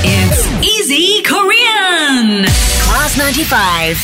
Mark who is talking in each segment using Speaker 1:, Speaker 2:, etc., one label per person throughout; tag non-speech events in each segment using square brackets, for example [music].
Speaker 1: It's Easy Korean. Class 95.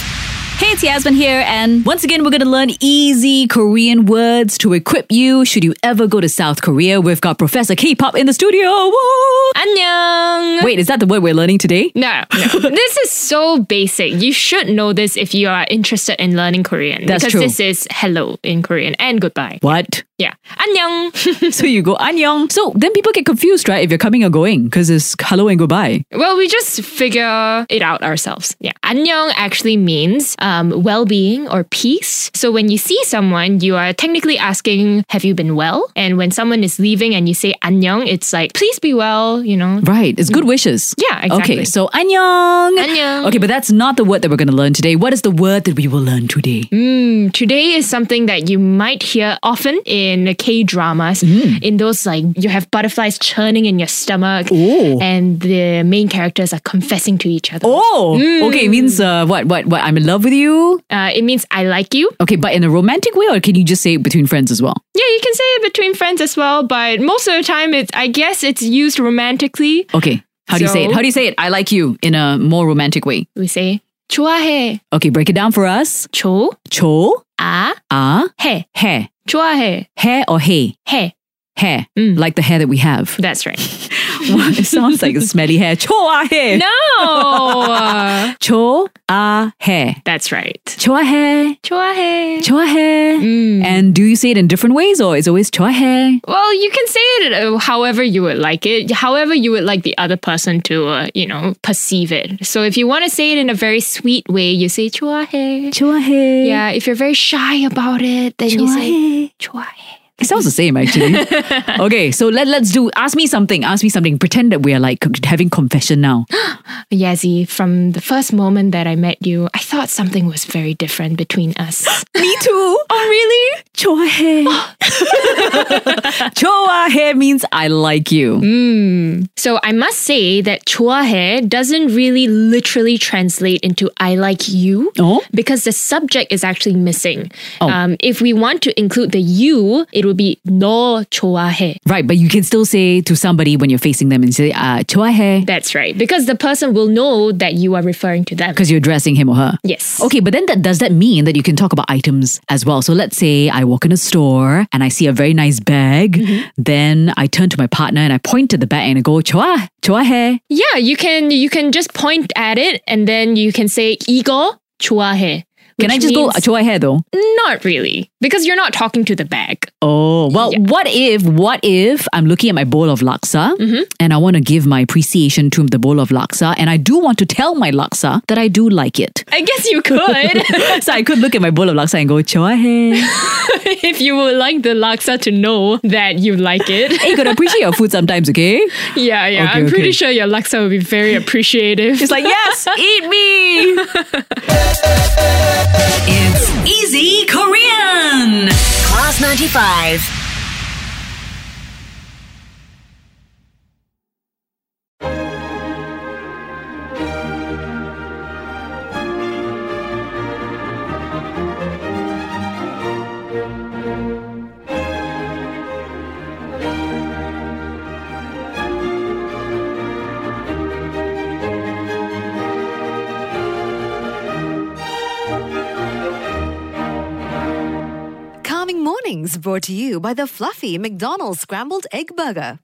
Speaker 2: Hey, it's Yasmin here, and once again, we're going to learn easy Korean words to equip you should you ever go to South Korea. We've got Professor K pop in the studio. Woo!
Speaker 3: 안녕.
Speaker 2: Wait, is that the word we're learning today?
Speaker 3: No,
Speaker 2: [laughs]
Speaker 3: no. this is so basic. You should know this if you are interested in learning Korean.
Speaker 2: That's
Speaker 3: because
Speaker 2: true.
Speaker 3: this is hello in Korean and goodbye.
Speaker 2: What? [laughs]
Speaker 3: Yeah. 안녕.
Speaker 2: So you go 안녕. So then people get confused, right? If you're coming or going, because it's hello and goodbye.
Speaker 3: well, we just figure it out ourselves. Yeah. 안녕 actually means um, well-being or peace. So when you see someone, you are technically asking, have you been well? And when someone is leaving and you say 안녕, it's like, please be well, you know.
Speaker 2: Right. It's good wishes.
Speaker 3: Yeah, exactly.
Speaker 2: Okay. So 안녕.
Speaker 3: 안녕.
Speaker 2: Okay, but that's not the word that we're going to learn today. What is the word that we will learn today?
Speaker 3: Mm, Today is something that you might hear often in K dramas. In those, like, you have butterflies churning in your stomach,
Speaker 2: Ooh.
Speaker 3: and the main characters are confessing to each other.
Speaker 2: Oh.
Speaker 3: Mm.
Speaker 2: Okay. It means uh, what? What? What? I'm in love with you.
Speaker 3: Uh, it means I like you.
Speaker 2: Okay, but in a romantic way, or can you just say it between friends as well?
Speaker 3: Yeah, you can say it between friends as well, but most of the time, it's I guess it's used romantically.
Speaker 2: Okay. How do you say it?
Speaker 3: So-
Speaker 2: How do you say it? I like you in a more romantic way.
Speaker 3: We say 좋아해,
Speaker 2: Okay, break it down for us. Cho,
Speaker 3: 좋아해,
Speaker 2: ah, hair.
Speaker 3: 좋아해,
Speaker 2: Hair or hey?
Speaker 3: 해.
Speaker 2: Hair.
Speaker 3: Mm.
Speaker 2: Like the hair that we
Speaker 3: [laughs]
Speaker 2: have. [laughs]
Speaker 3: That's right.
Speaker 2: it sounds like a smelly hair. Cho ah hair.
Speaker 3: No, [laughs]
Speaker 2: Cho ah hair.
Speaker 3: that's right.
Speaker 2: Cho ah hair.
Speaker 3: 좋아해.
Speaker 2: Cho ah hair.
Speaker 3: Mm.
Speaker 2: And do you say it in different ways or is it always cho ah hair?
Speaker 3: Well, you can say it uh, however you would like it, however you would like the other person to, uh, you know, perceive it. So if you want to say it in a very sweet way, you say chuahe.
Speaker 2: Cho ah hair.
Speaker 3: Yeah, if you're very shy about it, then you say
Speaker 2: Chuahe.
Speaker 3: chuahe.
Speaker 2: It sounds the same actually. okay, so let, let's do ask me something. Ask me something. Pretend that we are like having confession now.
Speaker 3: Yazi, from the first moment that I met you, I thought something was very different between us.
Speaker 2: me [gasps] too.
Speaker 3: oh, really?
Speaker 2: [gasps] Choahe. Choahe means I like you.
Speaker 3: So I must say that chuahe doesn't really literally translate into I like you.
Speaker 2: Oh?
Speaker 3: Because the subject is actually missing. Um, if we want to include the you, it would be no chuahe.
Speaker 2: Right, but you can still say to somebody when you're facing them and say, uh, Choahe,
Speaker 3: That's right. Because the person will know that you are referring to them.
Speaker 2: because you're addressing him or her.
Speaker 3: Yes.
Speaker 2: Okay, but then that does that mean that you can talk about items as well? So let's say I walk in a store and I see a very nice bag. Then I turn to my partner and I point to the bag and I go, Choa, Choahe.
Speaker 3: Yeah, you can you can just point at it and then you can say 이거 좋아해.
Speaker 2: Can I
Speaker 3: which
Speaker 2: just go, uh,
Speaker 3: means-
Speaker 2: Choahe though?
Speaker 3: Not really. Because you're not talking to the bag.
Speaker 2: Oh, well, what if, what if I'm looking at my bowl of laksa and I want to give my appreciation to the bowl of laksa and I do want to tell my laksa that I do like it.
Speaker 3: I guess
Speaker 2: [laughs]
Speaker 3: you could.
Speaker 2: so I could look at my bowl of laksa and go, Choahe.
Speaker 3: [laughs] if you would like the laksa to know that you like it. [laughs]
Speaker 2: hey, you gotta appreciate your food sometimes, okay?
Speaker 3: Yeah, yeah.
Speaker 2: Okay,
Speaker 3: I'm
Speaker 2: okay.
Speaker 3: pretty sure your laksa will be very appreciative.
Speaker 2: It's like, yes, eat me.
Speaker 1: It's Easy Korean. Class 95.
Speaker 4: Calming Mornings brought to you by the fluffy McDonald's Scrambled Egg Burger.